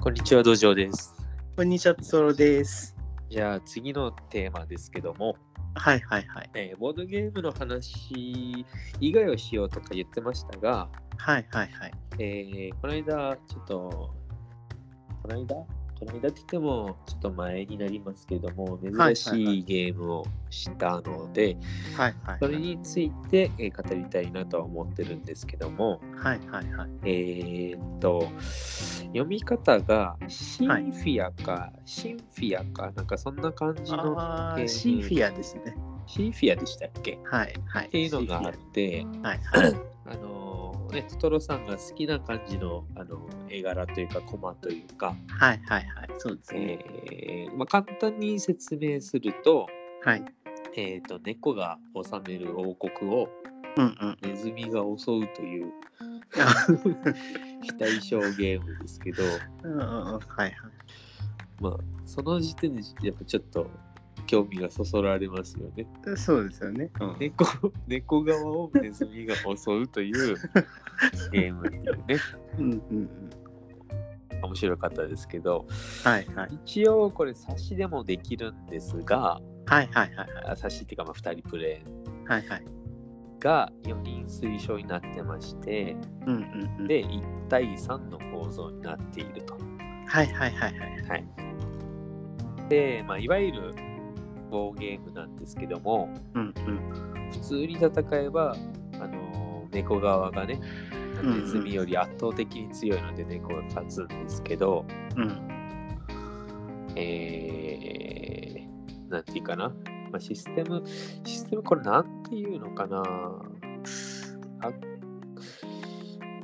こんにちは、土壌です。こんにちは、トロです。じゃあ次のテーマですけども、はいはいはい。えーボードゲームの話以外をしようとか言ってましたが、はいはいはい。えーこの間、ちょっと、この間この間って言っても、ちょっと前になりますけども、はい珍しいゲームをしたので、はいはい、はい。それについて、えー語りたいなとは思ってるんですけども、はいはいはい。えーっと、読み方がシンフィアか、シンフィアか、なんかそんな感じのあえーーシンフィアですね。シンフィアでしたっけっはいはい。ていうのがあっシンて、フィアはいはい。あのーね、トトロさんが好きな感じのあの絵柄というか、コマというか、はいはいはい。そうですね。えーまあ、簡単に説明すると、はい。えーっと猫が治める王国をうんうん。ネズミが襲うと いうあ非対称ゲームですけど、うんうんうん。はいはい。まあ、その時点でやっぱちょっと興味がそそられますよね。そうですよね。うん猫猫側をネズミが襲うというゲームっていうねうんうんうん。面白かったですけどはいはい。一応これ差しでもできるんですがはいはいはいはい。あ差しっていうかまあ2人プレイはいはい。が4人推奨になってましてうんうんうん。、で1対3の構造になっていると、はいはいはいはい。はいでまあ、いわゆる棒ゲームなんですけどもうんうん。普通に戦えばあの猫側がねうんうんネズミより圧倒的に強いので猫が勝つんですけど、うん。えー、なんていうかな、まあ、システム、システムこれなんていうのかなアク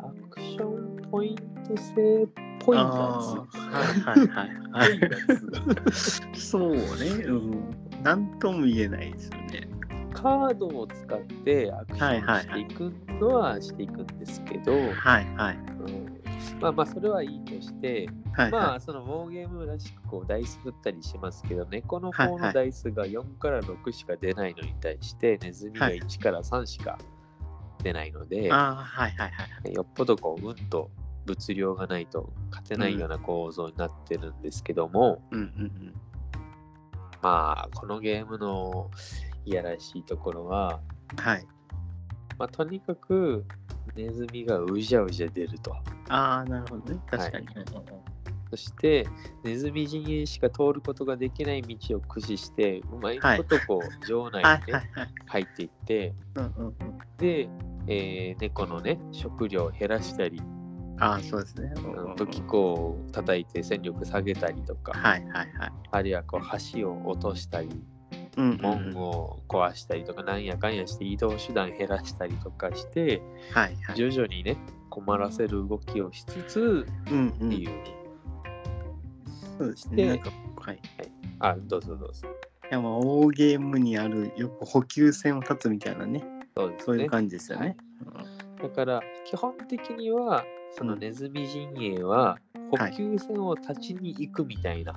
アクションポイント制っぽいやあーはいはいつ。っはいぽいやはい。そうね。うん。なんとも言えないですよね。つカードを使ってアクションしていくのはしていくんですけど、はいはい。うんまあまあそれはいいとして、はいまはあそのウォーゲームらしくこうダイス振ったりしますけど、猫の方のダイスが4から6しか出ないのに対して、ネズミが1から3しか出ないので、い。ああ、はいはいはい。よっぽどこう運と物量がないと勝てないような構造になってるんですけども、うんうんまあこのゲームのいやらしいところは、うん。はい。まあ、とにかくネズミがうじゃうじゃ出ると。ああ、なるほどね。確かに。そしてネズミ陣営しか通ることができない道を駆使してうまいことこ う場内はいにはねいはい。入っていってうんうんうん。で、えー猫のね食料を減らしたりああ、そうですね。うんうんうん時こう叩いて戦力下げたりとかはいはいはい。あるいはこう橋を落としたりうんうんうん門を壊したりとかなんやかんやして移動手段減らしたりとかしてはいはい。徐々にね困らせる動きをしつつうんうっていん。う、そうですでね。なんかはい。いあどうぞどうぞや、まあ、大ゲームにある、よく補給線を立つみたいなね。そうですそういねう感じですよね。だから基本的にはそのネズミ陣営は補給線を断ちに行くみたいな、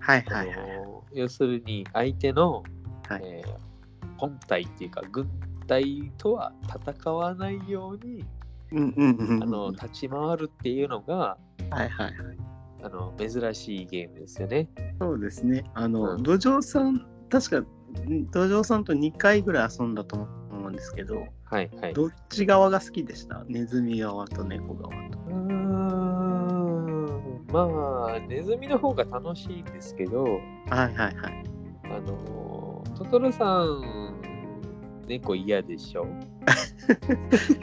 はいあはいはい。の要するに相手の、はいえー本体っていうか軍隊とは戦わないようにうんうんうんあうん。のはい立ち回るっていうのがはいはい。あの珍しいゲームですよね。そうですね。あうの、ん土壌さん、確か、土壌さんと2回ぐらい遊んだと思うんですけど、はいはい。どっち側が好きでしたネズミ側と猫側と。うーんまあネズミの方が楽しいんですけどはいはいはい。あのトトロさん猫嫌でしょ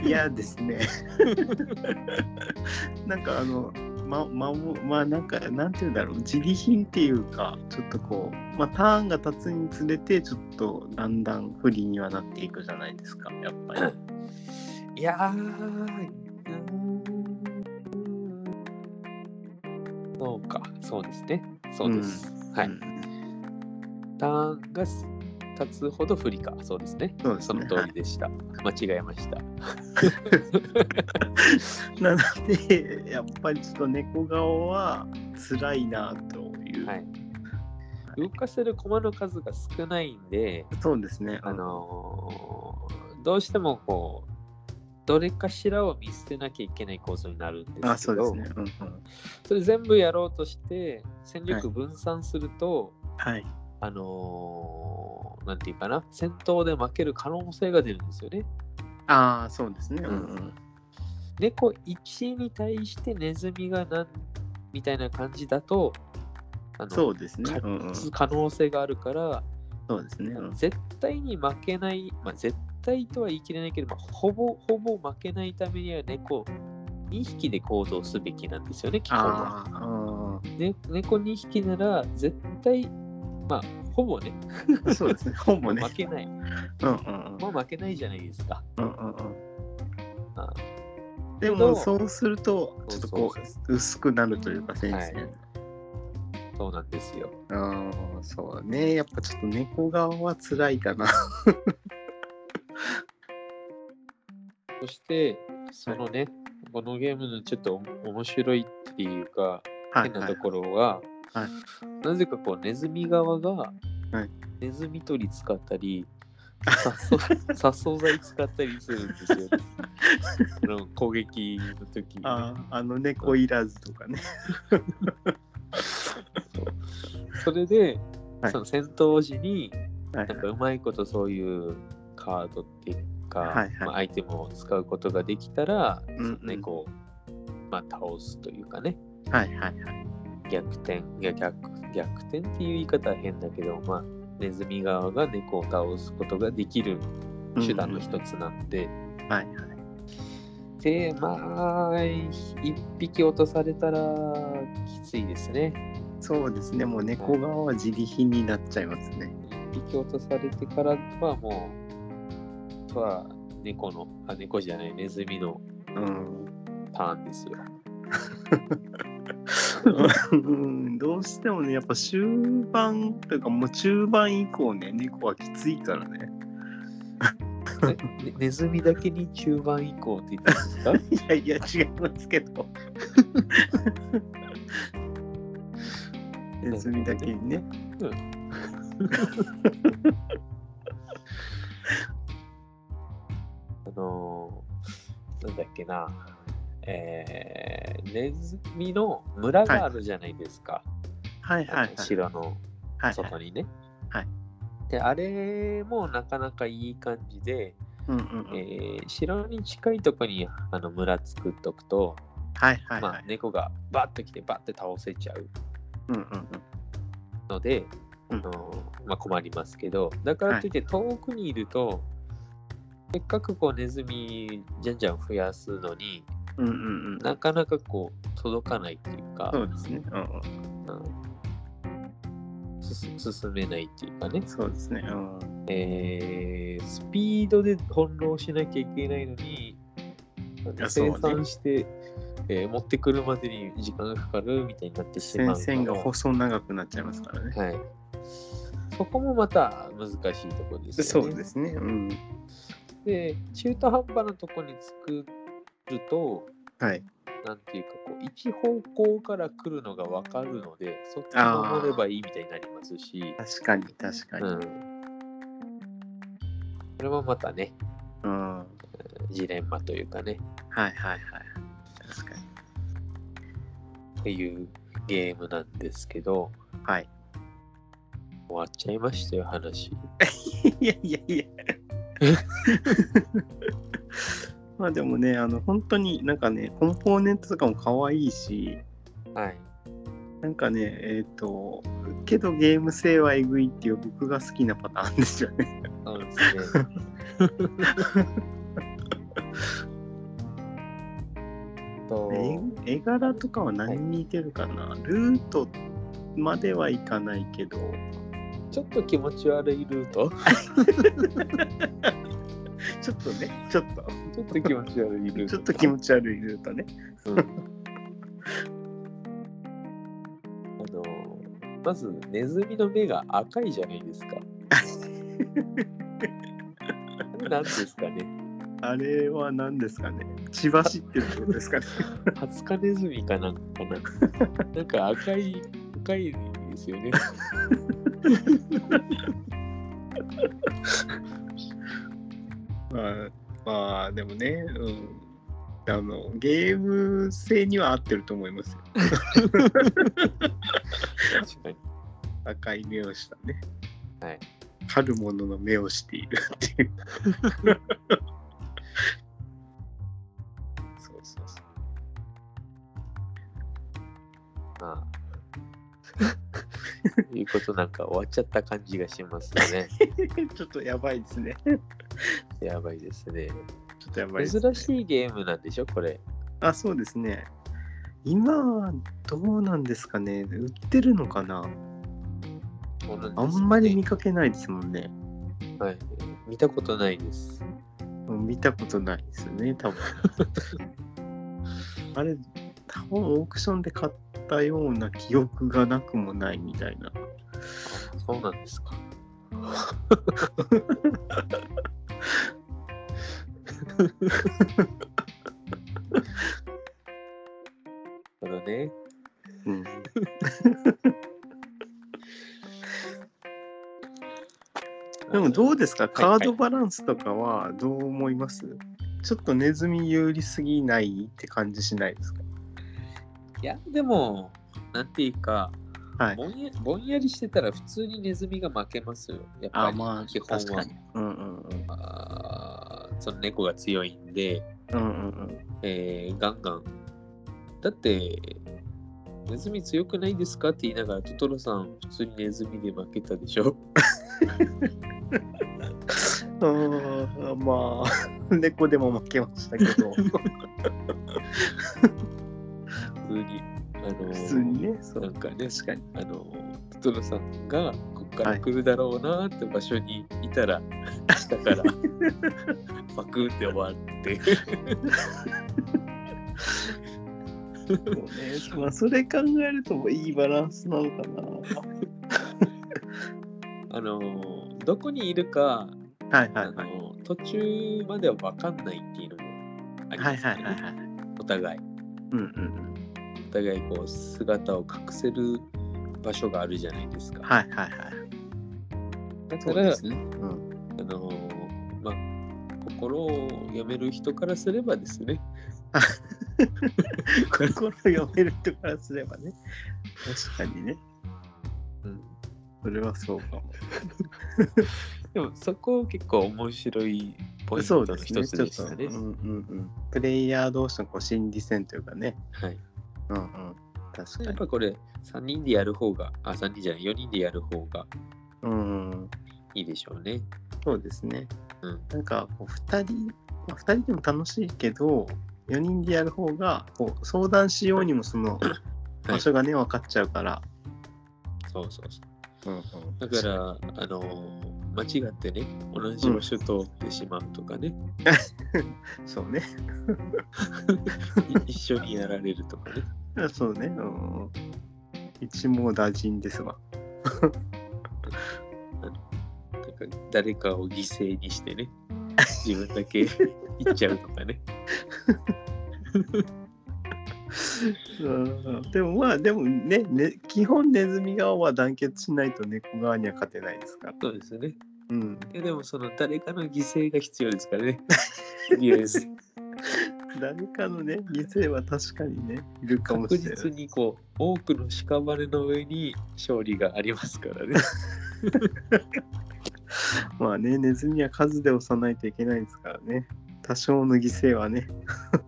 嫌ですね。 なんかあの、ま、まも、まあなんか、なんて言うんだろう、自利品っていうか、ちょっとこう、まあターンが経つにつれて、ちょっとだんだん不利にはなっていくじゃないですか、やっぱり。いやー、うーんそうか、そうですね。そうです。はい、うんターンが経つほど不利か、そうですね。そうですそねの通りでした。間違えました。 なので、やっぱりちょっと猫顔は辛いなという。はい動かせる駒の数が少ないんで、そうですね。あのーどうしてもこう、どれかしらを見捨てなきゃいけない構造になるんですけどあ、そうですね。うんうん。それ全部やろうとして戦力分散すると、はい。あのーなんていうかな戦闘で負ける可能性が出るんですよね。ああ、そうですね。うんう。うん猫1に対してネズミがなんみたいな感じだとあのそうですね。かうんうん。そ可能性があるから、うですね。うん絶対に負けない、まあ、絶対とは言い切れないけど、まあ、ほぼほぼ負けないためには猫2匹で行動すべきなんですよね、基本は。ああね、猫2匹なら絶対、まあ、ほぼね、ああ、そう ですね。本もね。負けない。うんうんまあ、負けないじゃないですか。うんうんうんあうん。でも、そうすると、ちょっとこそうそうう、薄くなるというか、先はい生。そうなんですよ。ああ、そうね。やっぱちょっと猫側は辛いかな。そして、そのね、このゲームのちょっと面白いっていうか、はい変なはいと。ころは、はいなぜかこうネズミ側がはいネズミ捕り使ったり、殺虫殺 虫剤使ったりするんですよ、ね。あの攻撃の時にああ、あの猫いらずとかね。それで、はいその戦闘時にはいなんかうまいことそういうカードっていうか、はいはいまあ、アイテムを使うことができたら、うんうんその猫を、まあ、倒すというかねはいはいはい。逆転いや逆逆転っていう言い方は変だけど、まあ、ネズミ側が猫を倒すことができる手段の人一つなんで、はいはい。でまあ一匹落とされたらきついですねそうですね。もう猫側は自利品になっちゃいますね。一匹落とされてからはもうあとは猫のあ猫じゃないネズミのうん。ターンですようんどうしてもね、やっぱ終盤というか、もう中盤以降ね、猫はきついからね。えねネズミだけに中盤以降って言ってますかいやいや、違いますけ ど。ネズミだけにね。 あのーなんだっけなえーネズミの村があるじゃないですか、はいはいはい。城のはいは外い。にね。はいであれもなかなかいい感じで、うんうんうん。えー城に近いとこにあの村作っとくと、はいはいまはあい。、猫がバッと来てバッて倒せちゃううんうんうん。ので、うんあのまあ、困りますけどだからといって遠くにいると、せっかくこうネズミじゃんじゃん増やすのにうんうんうん。なかなかこう届かないっていうか、そうですね。うんうん。うんすす進めないっていうかね、そうですね。うん。えースピードで翻弄しなきゃいけないのにやそう生ね産して、えー持ってくるまでに時間がかかるみたいになってしまうの線線が細長くなっちゃいますからね。はい。そこもまた難しいところですよね。そうですね。うん。で中途半端なとこに作ると、はい。なんていうかこう、一方向から来るのが分かるので、そっちを守ればいいみたいになりますし、確かに、確かうに。ん。これもまたね、うん。はいジレンマというかね、はいはい。確かに。っていうゲームなんですけど、はい。終わっちゃいましたよ、話。いやいや いや。まあでもね、あの、本当になんかね、コンポーネントとかも可愛いし、はい。なんかね、えっ、と、けどゲーム性はえぐいっていう僕が好きなパターンですよね。そうです ね。と 絵絵柄とかは何に似てるかな、ルートまではいかないけど、ちょっと気持ち悪いルート ちょっとね、ちょっと。ちょっと気持ち悪いルート。ちょっと気持ち悪いルートね。うんあのまずネズミの目が赤いじゃない ですか。あれなんですかね。あれは何ですかね血走ってるってことですかねハツカネズミかなんかな。 なんか赤い赤いですよね。まあ、まあでもね、うん、あのゲーム性には合ってると思いますよ。確かに。赤い目をしたね。はい。狩るものの目をしているっていう。そうそうそう。まあ。 いうことなんか終わっちゃった感じがしますね。 ちょっとやばいですね。やばいですね。ちょっとやばいです、ね。珍しいゲームなんでしょ、これ。あ、そうですね。今、どうなんですかね。売ってるのかなそうなんあですよねんまり見かけないですもんね。はい、見たことないです。うん見たことないですよね、多分。 あれ、多分オークションで買ったような記憶がなくもないみたいな。そうなんです か。 ただね、うん、 でもどうですか、いカードバランスとかはどう思います、ちょっとネズミ有利すぎないって感じしないですかいや、でも、なんていうか、はいぼんや、ぼんやりしてたら普通にネズミが負けますよ。やっぱあ、りまあ、基本確かはに。うんうんうん。あーその猫が強いんで、うんうんえーガンガン。だって、ネズミ強くないですかって言いながら、トトロさん、普通にネズミで負けたでしょ。うん。あーまあ、 猫でも負けましたけ ど、普通に。あのー普通にね、そな。うんかね、確かに。あのートトロさんがこっかはらい来るだろうなーって場所にいたら、 下から、パクって終わって。そうね、まあ、それ考えるといいバランスなのかあのーどこにいるか、な。はいはあいはい。のー途中までは分かんないっていうのもありはまいすよはねいはいはい。お互い。うんうんうん。お互いこう姿を隠せる場所があるじゃないですか。はいはいはい。だかそうら、ですね。うあん。のーまあ、心を読める人からすればですね、心を読める人からすればね。確かにね。うん、それはそうかも。でもそこ結構面白いポインそうトでのすね。一つでしたね。ちょっとうんうんうん。プレイヤー同士のこう心理戦というかね。はい、うんうん。確やかっに。ぱこれ3人でやる方があ3人じゃない4人でやる方がうんうん。いいでしょうね。そうですね。うんなんかこう2人、まあ、2人でも楽しいけど4人でやる方がこう相談しようにもその場所がね分かっちゃうから、そうそうそううんうん、だから、あのー間違ってね同じ場所通ってしまうとかね、そうねい一緒にやられるとかねそうね、うんうん、一網打尽ですわなんか誰かを犠牲にしてね自分だ け行っちゃうとかねうんでもまあでもねね基本ネズミ側は団結しないと猫側には勝てないですから、そうですねうん、ででもその誰かの犠牲が必要ですから ねとりあえず誰かのね犠牲は確かにねいるかもし確れない実にこう多くの屍の上に勝利がありますからねまあね、ネズミは数で押さないといけないですからね。多少の犠牲はね。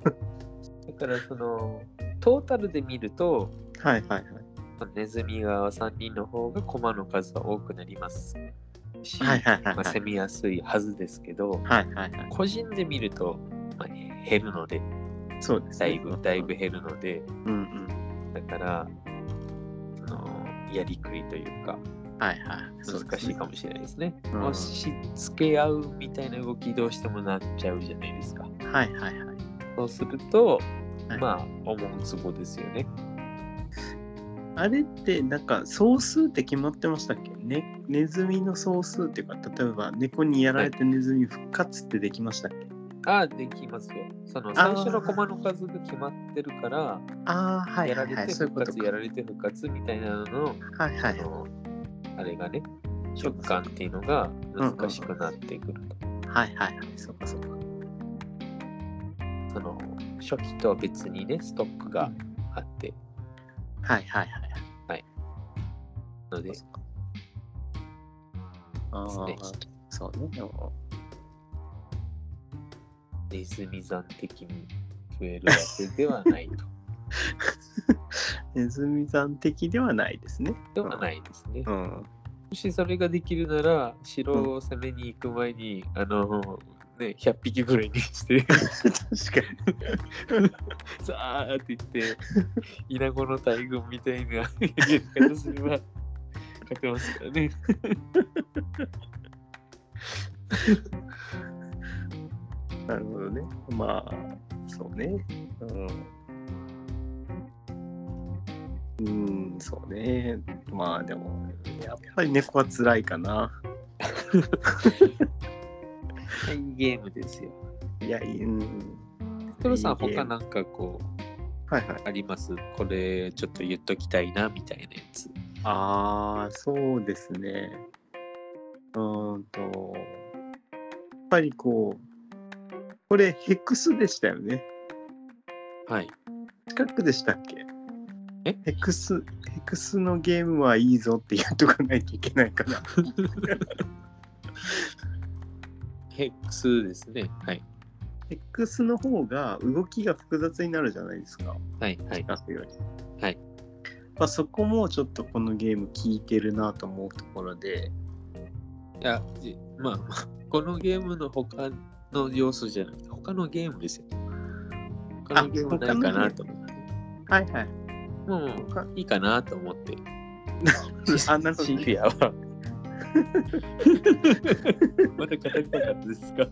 だからそのトータルで見るとはいはいはい。ネズミ側3人の方が駒の数は多くなりますし、はいはいはいまあ、はい攻めやすいはずですけどはいはいはい。個人で見ると、まあ、減るのでそうですだね、いぶだいぶ減るのでうんうん。だからそのやりくりというかはいはい。難しいかもしれないですね。うん押し付け合うみたいな動きどうしてもなっちゃうじゃないですか。れない。はいはいはい。そうすると、はいまあ思うツボですよね。あれって、なんか、総数って決まってましたっけね、ネズミの総数っていうか、例えば、猫にやられてネズミ復活ってできましたっけ、ああできますよ。その最初の駒の数が決まってるからああ、はいやはらいれはい。てそういう復こと活か。やられて復活みたいなののはいはあい。のあれがね食感っていうのが難しくなってくる。はいはいはい。そうかそうか。その初期とは別にねストックがあって、はいはいはい。のでそああで、すそうね。でもネズミ算的に増えるわけではない とネズミさん的ではないですね。ではないですね、うん。もしそれができるなら城を攻めに行く前に、あのね100匹ぐらいにして 確かザーって言って 稲子の大群みたいな やり方すれば勝てますからねに。なるほどね。まあ、そうね。うん。うん、そうね。まあでも、やっぱり猫は辛いかな。いいゲームですよいや、うん。トロさんいいゲー他ムなんかこうはいはい。ありますこれちょっと言っときたいなみたいなやつああ、そうですね。うーんと、やっぱりこう、これヘックスでしたよね。はい近くでしたっけえヘックス、ヘックスのゲームはいいぞって言っとかないといけない かな。ヘックスですねはいヘックスの方が動きが複雑になるじゃないですか。はいはい近くより。はい。まあ、そこもちょっとこのゲーム効いてるなと思うところで、いや、じまあまあ、このゲームの他の要素じゃなくて、他のゲームですよ。他のゲームないかなと思って。はいはい。もう、他いいかなと思って。あなるほどシねフィアは。まだ語りたかったですか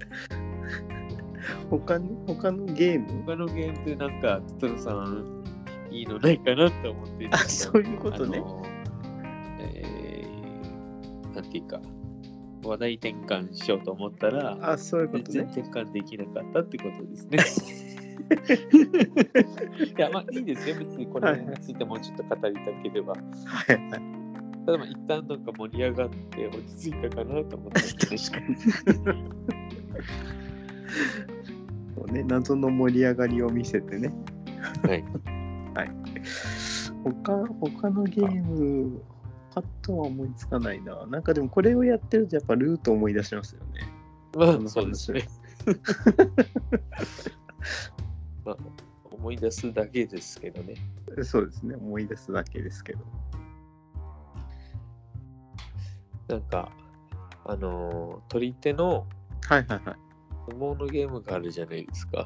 他の他のゲーム他のゲームでなんか、トトロさん、いいのないかなと思って。あ、そういうことねあ。のえー、なんていうか、話題転換しようと思ったら、あ、そういうこ全と然ね。転換できなかったってことです ね。いや、まあいいですよ。別にこれについてもうちょっと語りたければ。はいはい。ただまあ一旦なんか盛り上がって落ち着いたかなと思ったんで、確かに。そうね、謎の盛り上がりを見せてね。はい。はい。他、他のゲーム、パッとは思いつかないな。なんかでもこれをやってるとやっぱルート思い出しますよね。まあそうですね。 まあ思い出すだけですけどね。そうですね、思い出すだけですけど。なんか、あのー取り手のはいはいはい。相撲のゲームがあるじゃないですか。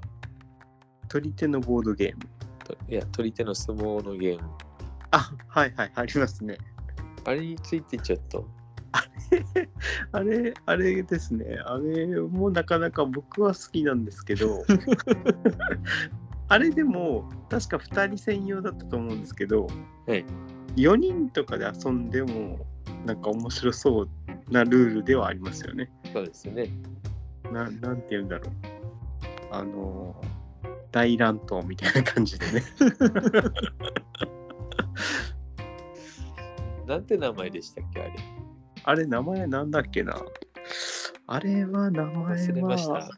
取り手のボードゲーム。といや、取り手の相撲のゲーム。あ、はいはい、ありますね。あれについてちょっとあれ、あれですね。あれもなかなか僕は好きなんです けど、あれでも確か2人専用だったと思うんですけど、はい4人とかで遊んでもなんか面白そうなルールではありますよね。そうですね。ななんて言うんだろう。あの、大乱闘みたいな感じでね。なんて名前でしたっけあれ。あれ、名前なんだっけな。あれは名前は忘れました。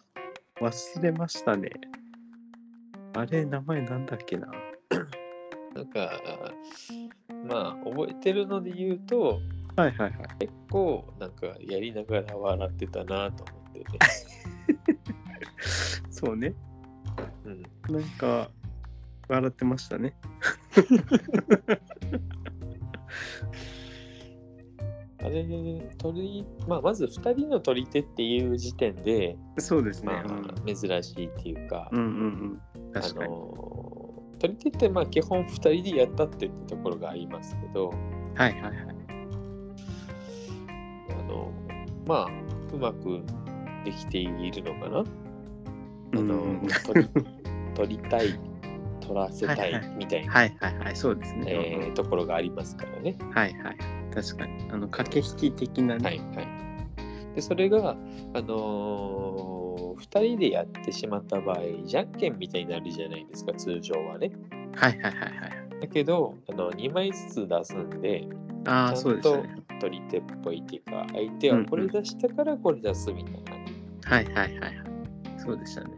忘れましたね。あれ、名前なんだっけな。なんか、まあ、覚えてるので言うと、はいはいはい。こう、なんか、やりながら笑ってたなと思ってね。そうね。うん、なんか、笑ってましたね。あれ、鳥、まあ、まず2人の取り手っていう時点で、そうですねま。あ、珍しいっていうか、うん、うん、うんうん。あ確かに。の、取り手って、まあ、基本2人でやったってってところがありますけど、はいはいはい。あの、まあ、うまくできているのかな。あの、うんうん取り取りたい、取らせたはいはいみたいな、はいはいはい。そうですね。えーところがありますからね。うんはいはい。確かに。あの、駆け引き的なね。はいはい。で、それが、あのー、2人でやってしまった場合、じゃんけんみたいになるじゃないですか、通常はね。はいはいはいはい。だけど、あの2枚ずつ出すんで、あちゃあ、そうんですとね。取り手っぽいっていうか、相手はこれ出したからこれ出すみたいな。はいはいはいはい。そうでしたね。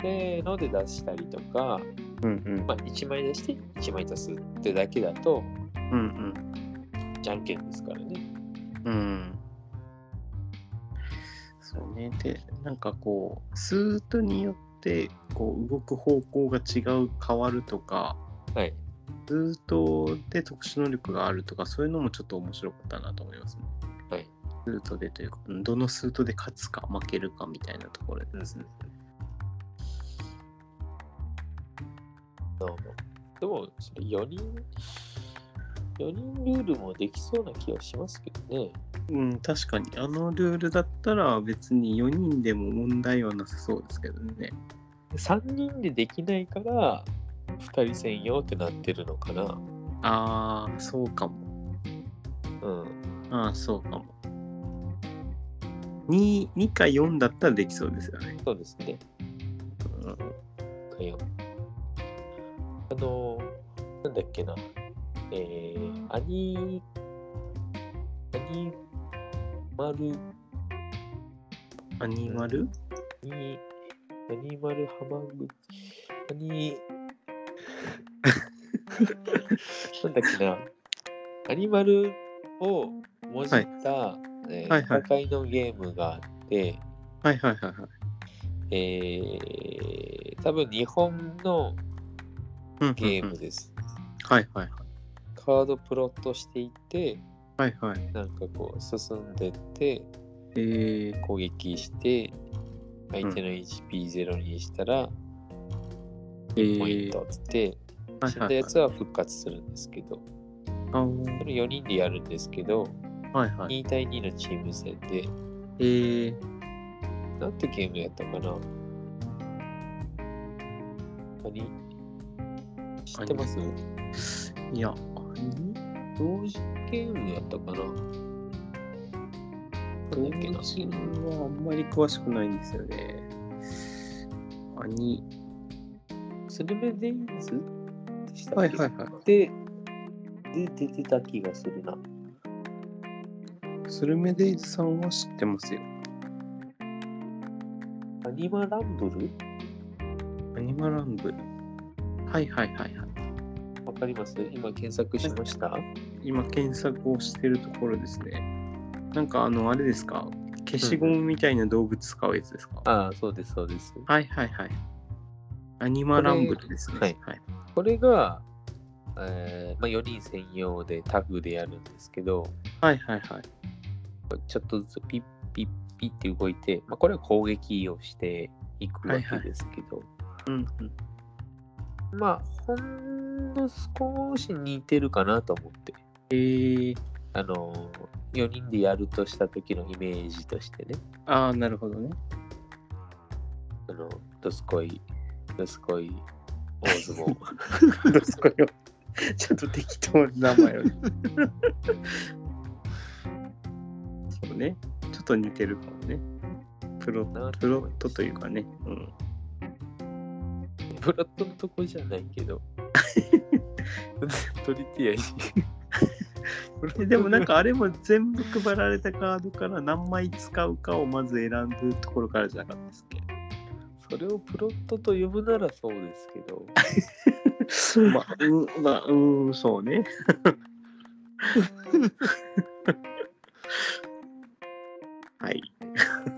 せーので出したりとか、うんまあ、1枚出して1枚足すってだけだとうんうんじゃんけんですからね。うんうんそうねでなんかこうスーッとによってこう動く方向が違う変わるとかはい。スーッとで特殊能力があるとかそういうのもちょっと面白かったなと思いますねはい。スーッとでというかうんどのスーッとで勝つか負けるかみたいなところですねどうも。でも、それ4人、4人ルールもできそうな気がしますけどね。うん、確かに。あのルールだったら別に4人でも問題はなさそうですけどね。 3人でできないから、2人専用ってなってるのかな。ああ、そうかも。うん。ああ、そうかも。2, 2か4だったらできそうですよね。そうですね。うん、かよ。あの、なんだっけな。えー、アニ、アニマル、アニマルに、アニマル浜口、ア ニ、なんだっけな。アニマルをもじった、えーはいはい戦いのゲームがあって、はいはいはいはい。えー、多分日本のうんうんうんゲームです。はいはいカードプロットしていってはい。はいはい。なんかこう進んでってえー、攻撃して相手の HP0 にしたらえー、ポイントっつってはい死んだはいやはいつは復活するんですけどあーそれ4人でやるんですけどはいはい。 2対2のチーム戦でえー、なんてゲームやったかな何知ってますいや、同時ゲームやったかな同なんだっけな時はあんまり詳しくないんですよね。アニ、スルメデイズでしたっけはいはいはい。で、で、出てた気がするな。スルメデイズさんは知ってますよ。アニマランブルアニマランブル。はいはいはいはい。わかります今検索しました今検索をしてるところですね。なんかあの、あれですか消しゴムみたいな動物使うやつですか、ああ、そうです、そうです。はいはいはい。アニマランブルですね。これはい。これが、えーまあ、4人専用でタフでやるんですけど、はいはいはい。ちょっとずつピッピッピッって動いて、まあ、これは攻撃をしていくわけですけど、うんうん。まあ、ほんの少し似てるかなと思って、えー、あのー、4人でやるとした時のイメージとしてね。ああ、なるほど ね。あの、どすこい、どすこい、大相撲。どすこよ。ちょっと適当な名前を。そうね。ちょっと似てるかもね。 プロなプロットというかね。うん。 プロットのとこじゃないけど。 トリティアに。えでもなんかあれも全部配られたカードから何枚使うかをまず選ぶところからじゃなかったですっけそれをプロットと呼ぶならそうですけど、 まあ、うん、まあ、うん、そうね。はい。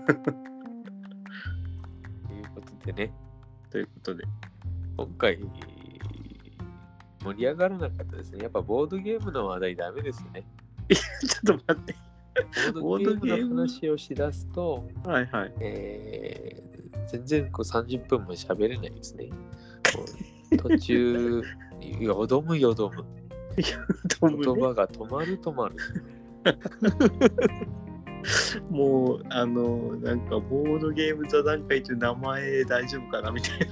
ということでね、ということで。今回、盛り上がらなかったですね。やっぱボードゲームの話題ダメですね。ちょっと待って。ボードゲボードゲーームムの話をしだすと、はいはい。えー全然こう30分も喋れないですね。こう途中、よどむよどむ。トムね言葉が止まる止まる。もうあのなんかボードゲーム座談会っていう名前大丈夫かなみたいな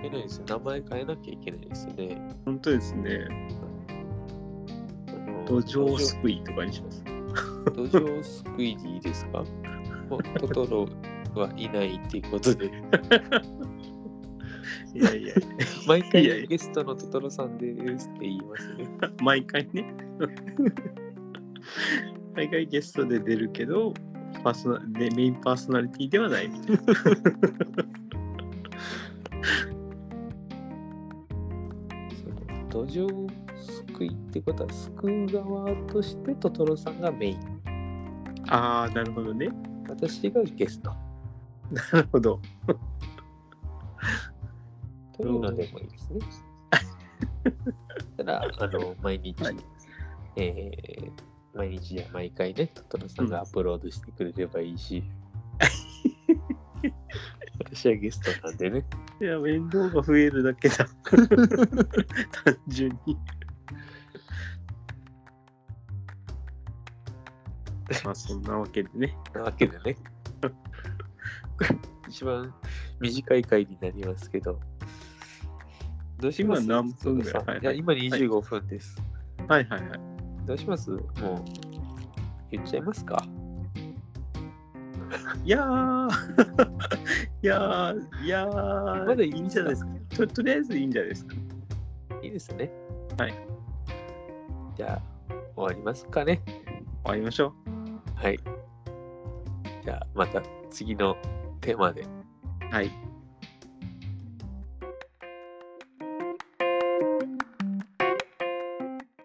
変ないですよ名前変えなきゃいけないですよね。本当ですねあの土壌すくいとかにします土壌すくいでいいですかもうトトロはいないっていうことで、いやいや毎いやい回やゲストのトトロさんですって言いますね。毎回ね毎回ゲストで出るけどパーソナでメインパーソナリティではない。土壌を救いってことは救う側としてトトロさんがメインああ、なるほどね。私がゲストなるほど。というのでもいいですね。 ただあの毎日、はいえー毎日や毎回ねトトロさんがアップロードしてくれればいいし、私はゲストなんでねいや、面倒が増えるだけだ。単純 に。まあ、そんなわけでね。なわけでね一番短い回になりますけどどうします今何分ぐらいトトロさんはいいや今25分です、はいはいはい。どうしますもう言っちゃいますかいやー、 いやー、いやー、まだいいんじゃないですか。ととりあえずいいんじゃないですか。いいですねはいじゃあ終わりますかね終わりましょはい。じゃあ、また次のテーマでう。はい。